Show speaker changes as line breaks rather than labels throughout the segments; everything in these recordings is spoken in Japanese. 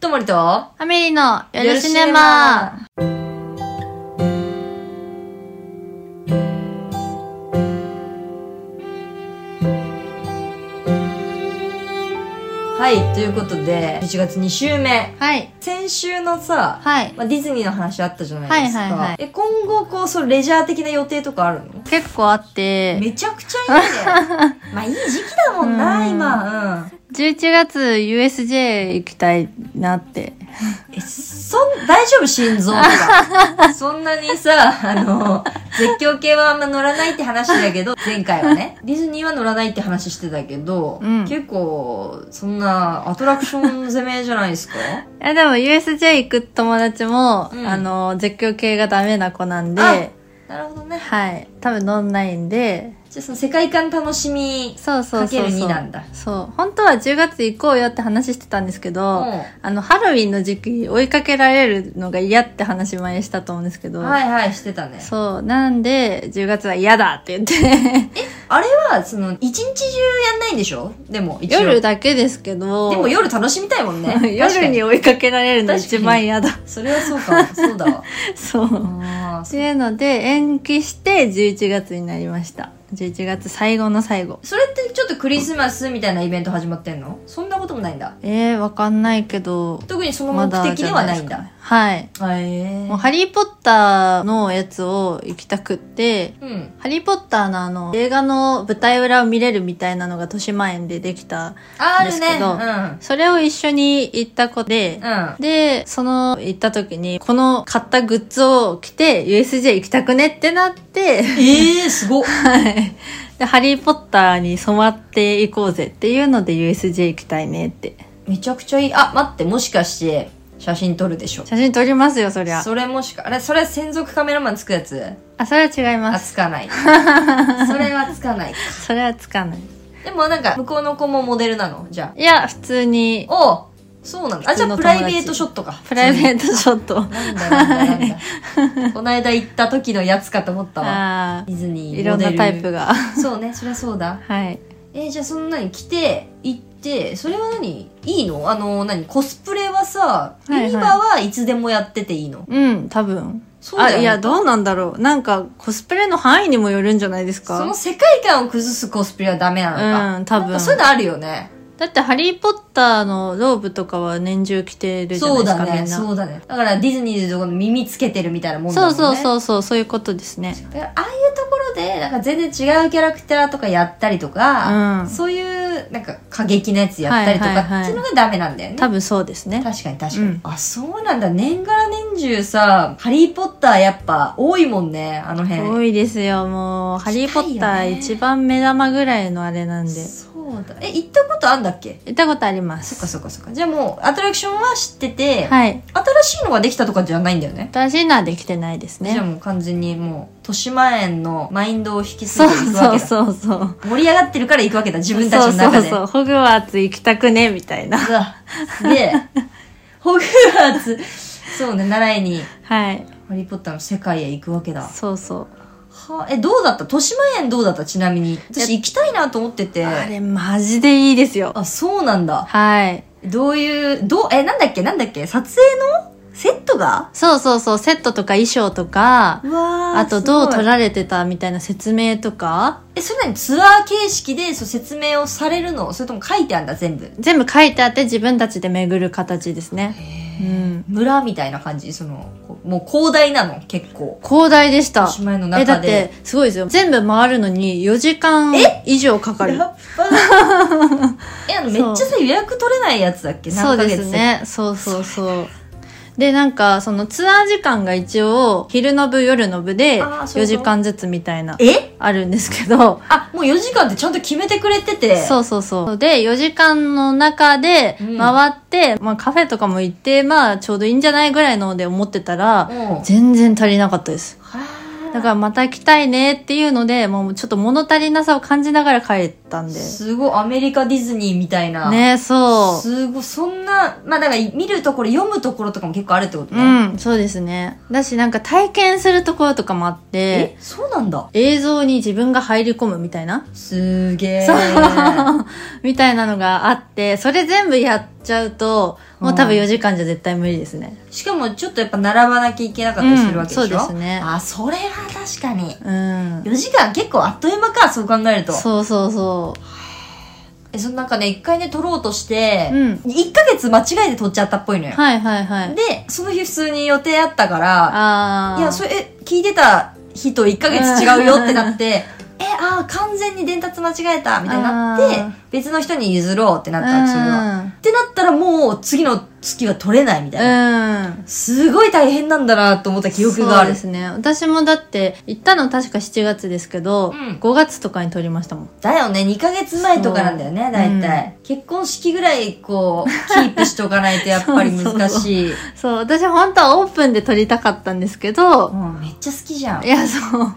ともりと、
ファミリーの夜シネマ。
はい、ということで、1月2週目。
はい。
先週のさ、
はい。
まあ、ディズニーの話あったじゃないですか。
はいはいはい
え、今後、こう、そう、レジャー的な予定とかあるの
結構あって、
めちゃくちゃいい ね。まあ、いい時期だもんな、
うん
今。うん。
11月 USJ 行きたいなって。
え、そん、大丈夫心臓とか。 そんなにさ、あの、絶叫系はあんま乗らないって話だ けど、前回はね。ディズニーは乗らないって話してたけど、
うん
結構、そんなアトラクション攻めじゃないですか
いやでも USJ 行く友達も、
うん
あの、絶叫系がダメな子 なん
あ
で、
なるほどね。
はい。多分乗んないんで、
じゃあその世界観楽しみ、
そうそうそうそう。
かける2なんだ
そう。本当は10月行こうよって話してたんですけど、
うん
あの、ハロウィンの時期追いかけられるのが嫌って話前にしたと思うんですけど、
はいはい、してたね。
そう。なんで、10月は嫌だって言って、
あれは、その、一日中やんないんでしょでも、一応。
夜だけですけど、
でも夜楽しみたいもんね。
夜に
確か。
追いかけられるの一番嫌だ。
それはそうかも、そうだわ。
そう。
ああ、
って
そ
いうので、延期して11月になりました。11月最後の最後。
それってちょっとクリスマスみたいなイベント始まってんのそんなこともないんだ
えー、わかんないけど、
特にその
ま
目
だ
的ではないん
じゃ
だ
ですかねはい。
へえ
もう、ハリーポッターのやつを行きたくって、
うん
ハリーポッターのあの、映画の舞台裏を見れるみたいなのが豊島園でできた。
ああ
で
る
す
ね
けどそれを一緒に行った子で
う、んうん
で、その行った時に、この買ったグッズを着て、USJ 行きたくねってなって、
ええすごっ
はい。で、ハリーポッターに染まっていこうぜっていうので USJ 行きたいねって。
めちゃくちゃいいあ待ってもしかして写真撮るでしょ
写真撮りますよ、そりゃ。
それもしかあれそれ専属カメラマンつくやつ
あ、それは違いま
あ
す。
つか ないそれはつかない
それはつかない。
でもなんか向こうの子もモデルなのじゃ
いや、普通に、
あおうそうなんだあじゃあ
普
プ
通の
ラ
友達
イベートショットか
プライベ
ー
ートショット。
トなんだなんだなんだこの間行った時のやつかと思ったわ
ああ
ディズニー
ー、いろん
モ
な
デル
タイプが。
そうねそりゃそうだ
はい。
えーじゃあそんなに来て行ってそれは何いいのあの何コスプレはさ、
いはい
ユニバはいつでもやってていいの
うん、多分。
そうだ
あ、
よ、ね、
いや、どうなんだろう。なんか、コスプレの範囲にもよるんじゃないです
その
か
世界観を崩すコスプレはダメなのか
うん多分
なんかそういうのあるよね
だって、ハリーポッターのローブとかは年中着てるじゃない
そう
です
だ
か、み
ね
んな。
そうだねだからディズニーでいうとこの耳つけてるみたいなもんだも
そ
ん
う
ね
そうそううそう、そういうことですね。
だからああいうところでなんか全然違うキャラクターとかやったりとか、
うん
そういうなんか過激なやつやったりとか
はいはいはい
っていうのがダメなんだよね
多分そうですね。
確かに確かに、
うん
あそうなんだ年がら年中さ「ハリー・ポッター」やっぱ多いもんねあの辺
多いですよ、もう。ハリーポッ
近
タ
いよ
ー
ね
一番目玉ぐらいのあれなんで。
そうだえ行ったことあんだっけ
行ったことありま
そっか
す。
そっかそっかじゃあもうアトラクションは知ってて、
はい。
新しいのができたとかじゃないんだよね
新しいのはできてないです
じゃあ
ね。
もう完全にもう豊島園のマインドを引き継
そ
いうでいくわ
そ
け
う
だ
そうそう。
盛り上がってるから行くわけだ自分たちの中で
そうそうそう。ホグワーツ行きたくね、みたいな。
うわすげ えホグワーツそうね習いに
はい。
「ハリー・ポッター」の世界へ行くわけだ
そうそう。
はえどうだった豊島園どうだったちなみに私行きたいなと思ってて
あ
あ
れ、マジでいいですよ。
そうなんだ
はい。
どういうどうえなんだっけなんだっけ撮影のセットが
そうそうそう、セットとか衣装とか、
わ
あとどう撮
ら
られてたみたいな説明とか、
えそれなにツアー形式でそう説明をされるのそれとも書いてあるんだ全部
全部書いてあって自分たちで巡る形ですね。うん。
村みたいな感じそのこもう広大なの結構
広大でした。
豊島園の
え、だ
中
っ
で
て、すごいですよ。全部回るのに4時間以上かかる。
やっば えあのめっちゃさ予約取れないやつだっけ
そ
何
う
ヶ
で
月
すね。そうそうそう。で、なんか、そのツアー時間が一応、昼の部、夜の部で、
あーそうそう
4時間ずつみたいな、
え
あるんですけど、
あもう4時間ってちゃんと決めてくれてて
そうそうそう。で、4時間の中で
うん
回って、まあカフェとかも行って、まあちょうどいいんじゃないぐらいので思ってたら、
うん
全然足りなかったです。
はあ
だからまた来たいねっていうので、もうちょっと物足りなさを感じながら帰っったんで。
すごい、アメリカディズニーみたいな。。
ね、そう。
すごい、そんな、まあだから見るところ、読むところとかも結構あるってこと
う
ね。
ん、そうですね。だし、なんか体験するところとかもあって
え、、そうなんだ。
映像に自分が入り込むみたいな、
すげえ。
みたいなのがあって、それ全部やっちゃうと、もう多分4時間じゃ絶対無理ですね。
しかもちょっとやっぱ並ばなきゃいけなかったりするわけでしょ、
うんそうですね
あ、それは確かに。
うん。
4時間結構あっという間か、そう考えると。
そうそうそ
え、そのなんかね、1回ね、取ろうとして、
うん
1ヶ月間違えて取っちゃったっぽいのよ
う。。はいはいはい。
で、その日普通に予定あったから、
ああ。
いや、それ、え聞いてた日と1ヶ月違うよってなって、 え、ああ、完全に伝達間違えた、みたいにな
あ
っ
ー
て、別の人に譲ろうってなったんですよ、それは。
うん
ってなったらもう次の月は取れないみたいな。
うん。
すごい大変なんだなと思った記憶があ
そう
る
で。すね。私もだって、行ったの確か7月ですけど、
うん
5月とかに撮りましたもん。
だよね、2ヶ月前とかなんだよ
そう
ね、大体。結婚式ぐらい、こう、キープしとかないとやっぱり難しい。
そう、私本当はオープンで撮りたかったんですけど、
うんめっちゃ好きじゃん
い。や、そう、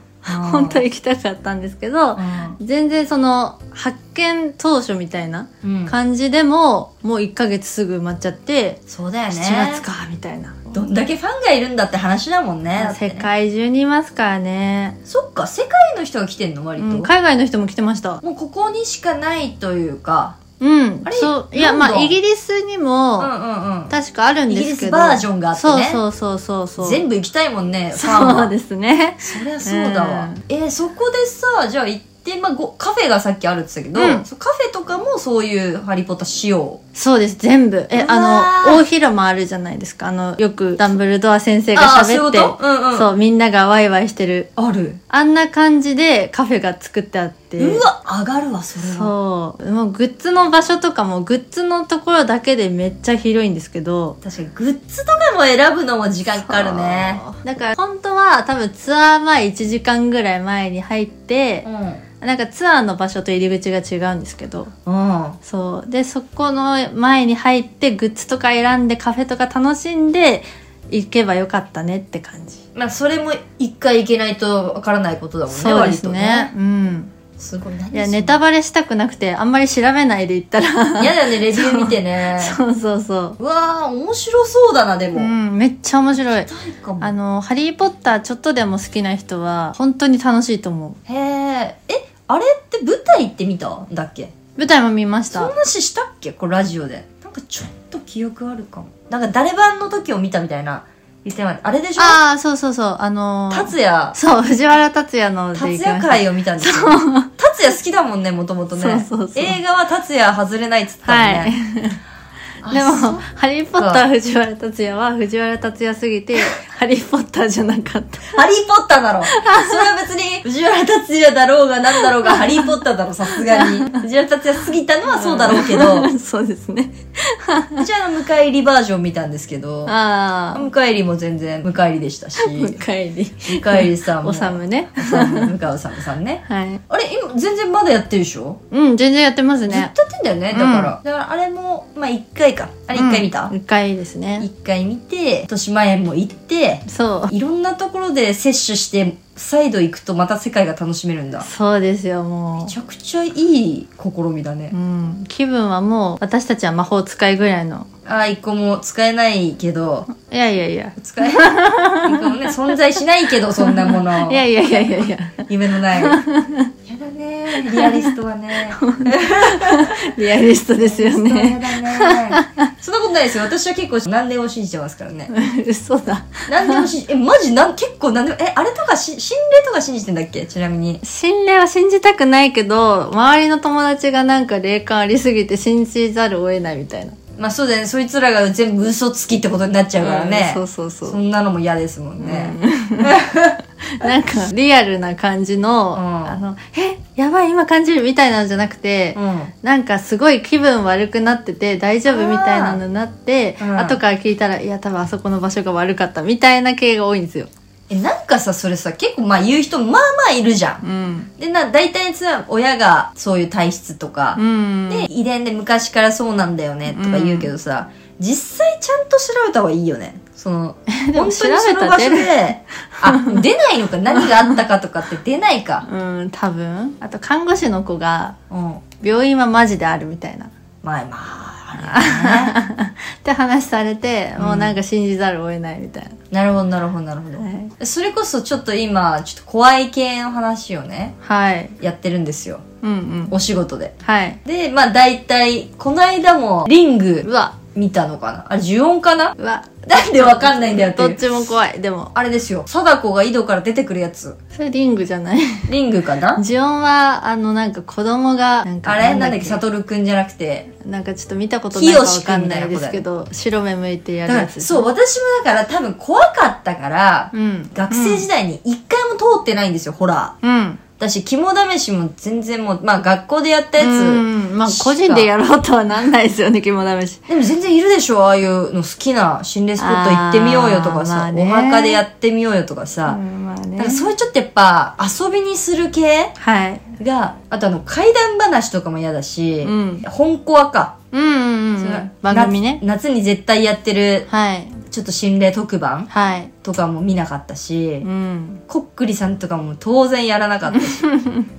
本当
に。
行きたかったんですけど、全然その、発見当初みたいな
うん
感じでも、もう1ヶ月すぐ埋まっちゃって、
そうだよ
7
ね。
月か、みたいな。
どんだけファンがいるんだって話だもんね。だって
世
ね
界中にいますからね。
そっか、世界の人が来てんの割と、
うん、海外の人も来てました。
もうここにしかないというか。
うん
あ。れ
そう。いや、
ロンドン
まあ、イギリスにも、
うんうんうん。
確かあるんですけど。
イギリスバージョンがあってね
そうそうそうそうそう。
全部行きたいもんね、ファンは。
そうですね。
そりゃそうだわ。
うん
えーそこでさ、じゃあ行って、まあ、ごカフェがさっきあるって言ったけど、
うん
そうカフェとかもそういうハリポタ仕様。
そうです、全部。え、
うわー
あの、大広間あるじゃないですか。あの、よくダンブルドア先生が喋って、
あーそういうことうんうん
そう、みんながワイワイしてる。
ある。
あんな感じでカフェが作ってあって。
うわ、上がるわ、それは。
そう。もうグッズの場所とかも、グッズのところだけでめっちゃ広いんですけど。
確かに、グッズとかも選ぶのも時間かかるね。
そう。だから、本当は多分ツアー前1時間ぐらい前に入って
う、ん。
なんかツアーの場所と入り口が違うんですけど。
うん。
そう。で、そこの前に入って、グッズとか選んで、カフェとか楽しんで、行けばよかったねって感じ。
まあ、それも一回行けないとわからないことだもんね、
そうです
割
ね。
とね。
うん。
すごい、何
いや、
その
ネタバレしたくなくて、あんまり調べないで行ったら。
嫌だ よね、レビュー見てね。
そうそうそう
わー、面白そうだな、で
う。
も。
うん、めっちゃ面白い。
痛いかも
あの、ハリーポッターちょっとでも好きな人は、本当に楽しいと思う。
へえ、え、あれって舞台って見たんだっけ
舞台も見まし
そんな
た。
話したっけこれラジオで。なんかちょっと記憶あるかも。なんか誰版の時を見たみたいな言ってないあれでしょ
ああ、そうそうそう、あのー
達也、
そう、藤原達也ので行
達
きま
也
した。
会を見たんですよ。達也好きだもんね、もともとね。
そうそうそう
映画は達也外れないっつったもん
はい
ね。。あ
でも、
そう
ハリーポッター藤原達也は藤原達也す ぎて、ハリーポッターじゃなかった。
ハリー・ポッターだ ろ。それは別に藤原達也だろうが何だろう がハリー・ポッターだろ、さすがに。 藤原達也過ぎたのはそうだろうけど。
そうですね。
うちはあの、迎え入りバージョン見たんですけど、
あ
迎え入りも全然迎え入りでしたし、
あ、
迎
迎えに。
え入りさんも、
おさむね。
うん向井おさむさんね。
はい。
あれ、今、全然まだやってるでしょ
うん、全然やってます
ずっ
ね。
とやってんだよね、だから。だから、あれも、まあ、一回か。あれ一回見た
うん一回ですね。
一回見て、豊島園も行って、
そう。
いろんなところで摂取して、再度行くとまた世界が楽しめるんだ。
そうですよ、も
めちゃくちゃいい試みだね
う。う。ん。気分はもう、私たちは魔法使いぐらいの。
ああ、一個も使えないけど、
いやいやいや。
使えない。一個もね、存在しないけど、そんなもの。
いやいやいやいやいや。
夢のないやだねリアリストはね
リアリストですよ
リアリ
ね。
ストはやだねそんなことないですよ私は結構何でも信じてますからね
嘘だ。
何でも信じえマジなん結構何でもえあれとかし心霊とか信じてんだっけちなみに
心霊は信じたくないけど、周りの友達がなんか霊感ありすぎて信じざるを得ないみたいな。
まあそうだよねそいつらが全部嘘つきってことになっちゃうからね、
うんそうそうそ
そ
うん
なのも嫌ですもんね、
なんかリアルな感じの、
うん
あのえやばい今感じるみたいなのじゃなくて、
うん
なんかすごい気分悪くなってて大丈夫みたいなのになって、
あーうん
後から聞いたらいや多分あそこの場所が悪かったみたいな系が多いんですよ。
えなんかさそれさ結構まあ言う人まあまあいるじゃん
うん。
でな大体さ親がそういう体質とか、
うん。
で遺伝で昔からそうなんだよねとか言うけどさ、実際ちゃんと調べた方がいいよねその
でも
本
調
当にそ
べ
の
たら
場
出
所
る。
で、あ、出ないのか、何があったかとかって出ないか。
うん、多分。あと、看護師の子が、
うん。
病院はマジであるみたいな。っ
まあま あ、あるよね。
て話されて、
うん
もうなんか信じざるを得ないみたい
なるほど、なるほど、なるほ
な。はい。
ど。それこそちょっと今、ちょっと怖い系の話をね、
はい。
やってるんですよ。
うんうん。
お仕事で。
はい。
で、まあ大体、この間も、リン
う
グ
わ、
見たのかなあれ、呪音かな
うわ。
なんでわかんないんだよってい
どっ
う。
ちも怖い。でも、
あれですよ。貞子が井戸から出てくるやつ。
それリングじ ゃない。
リングかな
ジオンは、あの、なんか子供が、なんか
あれなんだっけ、
け
サトルくんじゃなくて。
なんかちょっと見たことないかわかんないですけど、白目向いてや
だ
る
か
や
ら、
つ。
そう、私もだから多分怖かったから、
うん。
学生時代に一回も通ってないんですよ、ホラー。
うん。うん。
だし、肝試しも全然もう、まあ学校でやったやつ。
うん。まあ、個人でやろうとはなんないですよね、肝試し。
でも全然いるでしょ、ああいうの好きな心霊スポット行ってみようよとか
あーま
さ、
あね
お墓でやってみようよとか
う
さ。
ん、まあね
なんかそういうちょっとやっぱ遊びにする系
はい。
が、あとあの怪談話とかも嫌だし、
うん
本コアか。
うんうんう
そ
ん
の。
番組ね。
夏。夏に絶対やってる、
はい。
ちょっと心霊特番
はい。
とかも見なかったし、
うん。
こっくりさんとかも当然やらなか ったし。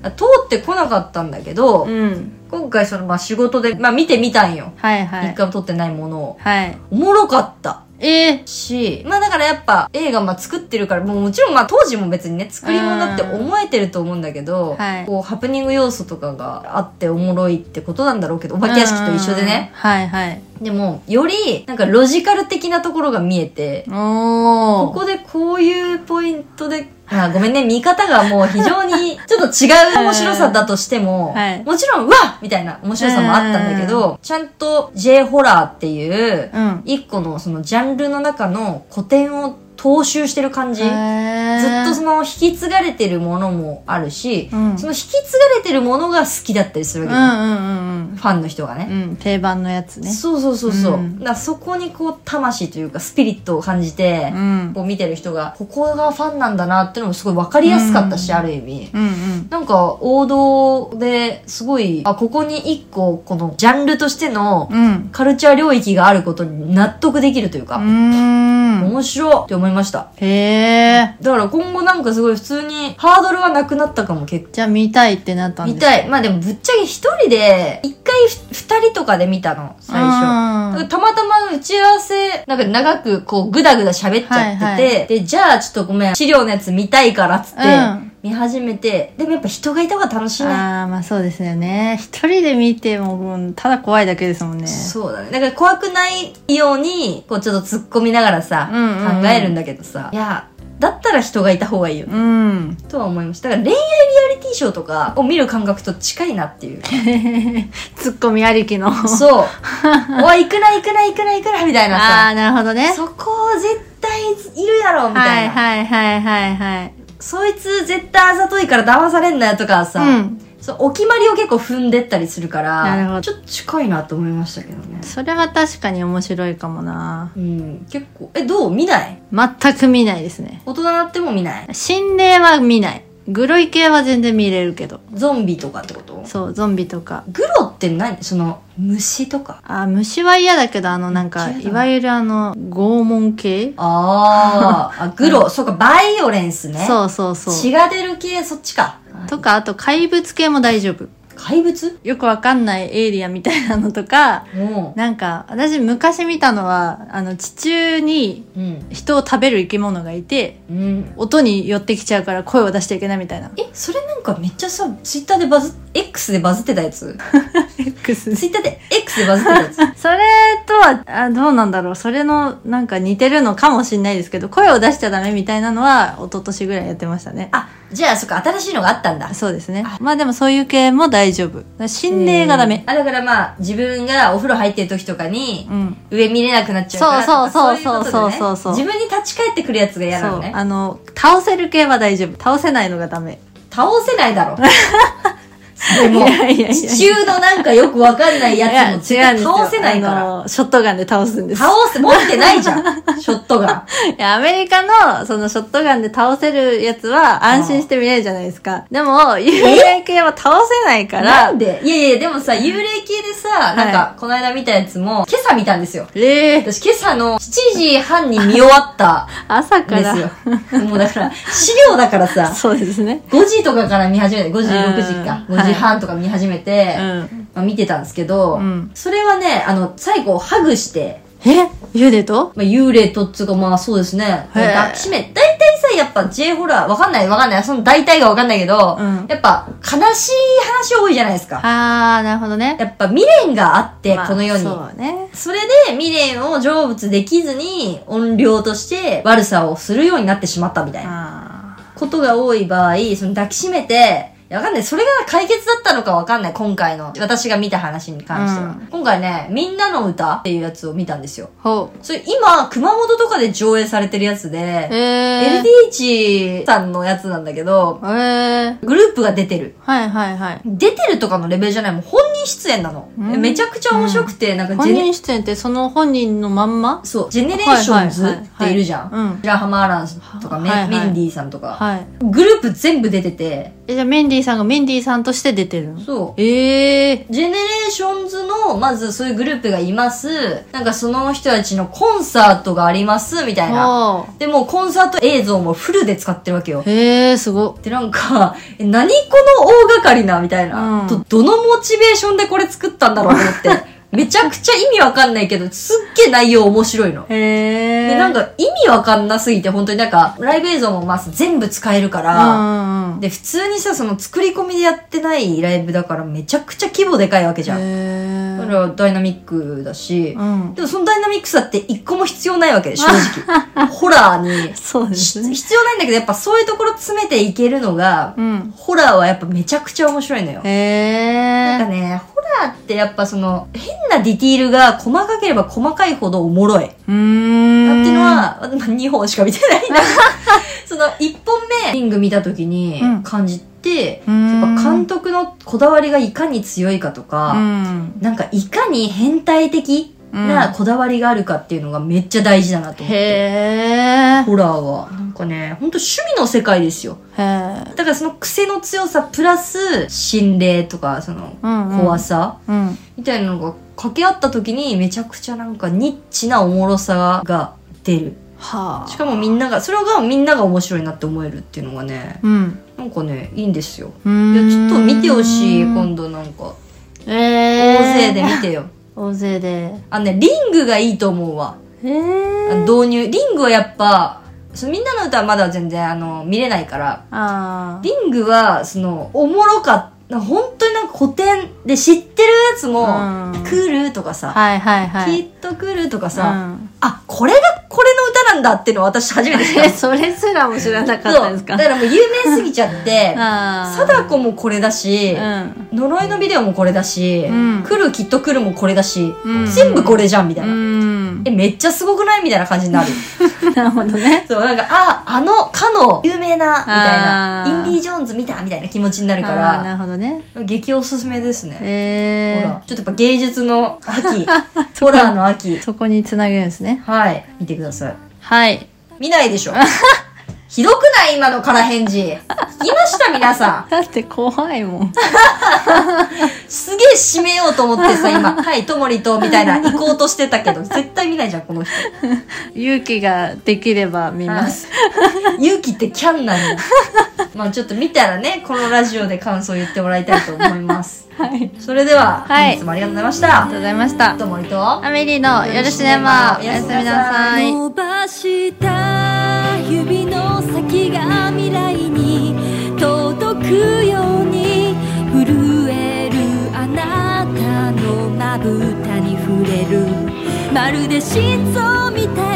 あ通ってこなかったんだけど、
うん。
今回その、まあ、仕事で、まあ、見てみたんよ。
はい
一、
はい。
回も撮ってないものを。
はい。
おもろかった。
ええ
し、まあだからやっぱ映画まあ作ってるから、もうもちろんまあ当時も別にね、作り物だって思えてると思うんだけど、
はい
こうハプニング要素とかがあっておもろいってことなんだろうけど、お化け屋敷と一緒でね。。
うんはいはい。
でも、よりなんかロジカル的なところが見えて、
お
こ
ー。
こでこういうポイントで、あごめんね、見方がもう非常 にちょっと違う面白さだとしても、
はい
もちろん、うわっみたいな面白さもあったんだけど、ちゃんと J ホラーっていう、
うん。
一個のそのジャンルの中の古典を踏襲してる感じ。
へ
ず
ー
っとその引き継がれてるものもあるし、
うん
その引き継がれてるものが好きだったりするわ
う
けよ、
んうんうん
ファンの人が
う
ね。
ん。うん。定番のやつね。
そうそうそうそう。
うん
だからそこにこう魂というかスピリットを感じて、
うん。
こう見てる人が、ここがファンなんだなっていうのもすごい分かりやすかったし、ある意味。
うんうん。
なんか王道ですごい、あ、ここに一個このジャンルとしての
うん。
カルチャー領域があることに納得できるという
う
か、
ーん。
面白いって思いました。
へえ。
だから今後なんかすごい普通にハードルはなくなったかも結構。
じゃあ見たいってなったんです
見たい。まあでもぶっちゃけ一人で、一回ふ二人とかで見たの、最初。だから
初。
たまたま打ち合わせ、なんか長くこうグダグダ喋っちゃってて、
はいは
で、じゃあちょっとごめん、資料のやつ見たいからっつって
うん、
見始めて、でもやっぱ人がいた方が楽しいね。
ああ、まあそうですよね。一人で見ても、うんただ怖いだけですもんね。
そうだね。だから怖くないように、こうちょっと突っ込みながらさ、
うんうんうん
考えるんだけどさ、いや、だったら人がいた方がいいよね。
うん。
とは思いました。だから恋愛リアリティショーとかを見る感覚と近いなって いう。
ツッコミありきの。
そう。おい、行くな、行くな、行くな、行くな、みたいな
あ
さ。
あ、なるほどね。
そこ絶対いるやろ、み
は
たい
い
な。
はいはいはいはい。
そいつ絶対あざといから騙されんなよとかさ、
うん。
そう、お決まりを結構踏んでったりするか
なるほど
ら、ちょっと近いなと思いましたけどね。
それは確かに面白いかもな。
うん、結構。え、どう見ない
全く見ないですね。
大人になっても見ない
心霊は見ない。グロい系は全然見れるけど。
ゾンビとかってこと
そう、ゾンビとか。
グロって何その、虫とか。
あ、虫は嫌だけど、あのなんか、
嫌だ
いわゆるあの、拷問系
あ ー、あ、グロ。そうか、バイオレンスね。
そうそうそう。
血が出る系そっちか
とか、あと怪物系も大丈夫。
怪物
よくわかんないエイリアンみたいなのとか、
も
なんか、私昔見たのは、あの、地中に
ううん
人を食べる生き物がいて、
うん
音に寄ってきちゃうから声を出しちゃいけないみたいな。
えそれなんかめっちゃさツイッターでバズ X でバズってたやつツイッターで X でバズってたやつ
それとは、あどうなんだろう。それの、なんか似てるのかもしんないですけど、声を出しちゃダメみたいなのは、一昨年ぐらいやってましたね。
あじゃあそっか新しいのがあったんだ
そうですね。まあでもそういう系も大丈夫。だから心霊がダ
うん
メ。
あだからまあ自分がお風呂入ってる時とかに、
うん。
上見れなくなっちゃうから
そうそ
とか
うそうそう
いことでね
そうそう
自分に立ち返ってくるやつが嫌な
そ
の
う。
ね
あの、倒せる系は大丈夫。倒せないのがダメ。
倒せないだろそ でも
いやいやいや
地中のなんかよくわかんないやつも絶
いや違
対
うんですよ
倒せないから。
あのショットガンで倒すんです
倒す、持ってないじゃ ん。ショットガン。
いや、アメリカの、そのショットガンで倒せるやつは安心して見れるじゃないですか。でも、幽霊系は倒せないから、
な
え
んでいやいや、でもさ、幽霊系でさ、なん
は
か、この間見たやつも、今朝見たんですよ。
え
私、今朝の7時半に見終わった
朝
ん
か
で
ら。
すよ。もうだから、資料だからさ、
そうですね。
5時とかから見始めて、5時、6時か、
うん
5時半とか見始めて、
うん。
まあ、見てたんですけど、
うん
それはね、あの、最後、ハグして、
え幽霊と
まあ、幽霊とっつうか、まあそうですね。
へえ
抱きしめ。大体さ、やっぱ J ホラー、わかんないわかんない。その大体がわかんないけど、
うん
やっぱ悲しい話多いじゃないですか。
あー、なるほどね。
やっぱ未練があって、
まあ
この世に。
そうね。
それで未練を成仏できずに、怨霊として悪さをするようになってしまったみたいな
あ
ことが多い場合、その抱きしめて、いやわかんない。それが解決だったのかわかんない。今回の。私が見た話に関しては。
うん
今回ね、みんなの歌っていうやつを見たんですよ。
ーほう。
それ今、熊本とかで上映されてるやつ
えー
で、、
え
LDH さんのやつなんだけど、
ー、
グループが出てる。
はいはいはい。
出てるとかのレベルじゃない、もう本人出演なの。
うん
めちゃくちゃ面白くて、なんか
本
ジェネ、
人出演ってその本人のまんま
そう、ジェネレーションズっているじゃ
はいはいはいうん
ん。白浜アランとかメ
はいはい
メンディーさんとか。
はい。
グループ全部出てて、
え、じゃあメンディーさんがメンディーさんとして出てるの
そう。
ええ
ジェネレーションズの、まずそういうグループがいます。なんかその人たちのコンサートがあります、みた
ー。
いな。
ほ
で、もうコンサート映像もフルで使ってるわけよ
う。。えー、すご。
で、なんか、え何この大掛かりな、みたいな、
うん
と。どのモチベーションでこれ作ったんだろうと思って。めちゃくちゃ意味わかんないけど、すっげえ内容面白いの。
へえ。
で、なんか意味わかんなすぎて、本当になんか、ライブ映像もまず全部使えるから、
うんうんうん。
で、普通にさ、その作り込みでやってないライブだから、めちゃくちゃ規模でかいわけじゃん。
へ
だか
ー
ら、ダイナミックだし
う、ん。
でもそのダイナミックさって一個も必要ないわけで、正 直。ホラーに。
そうですね。
必要ないんだけど、やっぱそういうところ詰めていけるのが、
うん。
ホラーはやっぱめちゃくちゃ面白いのよ。
へ
なんか
え。
ね、ホラーってやっぱその、変なディティールが細かければ細かいほどおもろい。だって
うーん。
いうのは、ま2本しか見てないん だけどその1本目、リング見た時に
うん
感じて、
うん、
やっぱ監督のこだわりがいかに強いかとか、
うん。
なんかいかに変態的なこだわりがあるかっていうのがめっちゃ大事だなと思って。
へー
ホラーは。なんかね、ほんと趣味の世界ですよ。
へー
だからその癖の強さプラス心霊とかその
うんうん。
怖さ
うん。
みたいなのが掛け合った時にめちゃくちゃなんかニッチなおもろさが出る
はあ。
しかもみんながそれがみんなが面白いなって思えるっていうのがね
うん。
なんかねいいんですよ
う
い
ー
や
ん。
ちょっと見てほしい今度なんか
ええ。
大勢で見てよ
大勢で。
あのねリングがいいと思うわ
ええ。
あの導入リングはやっぱそのみんなの歌はまだ全然あの見れないから
あー。
リングは、その、おもろかった。本当になんか古典で知ってるやつも、
うん
来るとかさ、
はいはいはい。
きっと来るとかさ、
うん
あ、これがこれの歌なんだっていうのは私初めて知っ
え、それすらも知らなか
た。
ったんです
そう
か
だからもう有名すぎちゃって、
あー。
貞子もこれだし、
うん。
呪いのビデオもこれだし、
うん
来るきっと来るもこれだし、
うん
全部これじゃんみたいな。
うん。
え、めっちゃすごくないみたいな感じになる。
なるほどね。
そう、なんか、あ、あの、かの、有名な、みたいな、
あ
イ
ー
ンディ・ージョーンズ見たみたいな気持ちになるか
あーな
ら、
るほどね。
激おすすめですね。
え
ほ
え
ら、ちょっとやっぱ芸術の秋、ホラーの秋、
そこにつなげるんですね。
はい、見てください。
はい。
見ない でしょ。ひどくない今の空返事。聞きました皆さ
だって怖い もん。
ん。すげえ締めようと思ってさ、今、はい、ともりと、みたいな、行こうとしてたけど、絶対見ないじゃん、この人。
勇気ができれば見ます。
勇気ってキャ ンなんだ。まあちょっと見たらね、このラジオで感想言ってもらいたいと思い ます。
はい。あり
それでは、
はい
本日もありがとうございました
がとう。ございました。
ともりと、
アメリーの夜シネマ、おやすみなさい。
伸ばした指の先が未来に届くように震えるあなたのまぶたに触れるまるで心臓みたい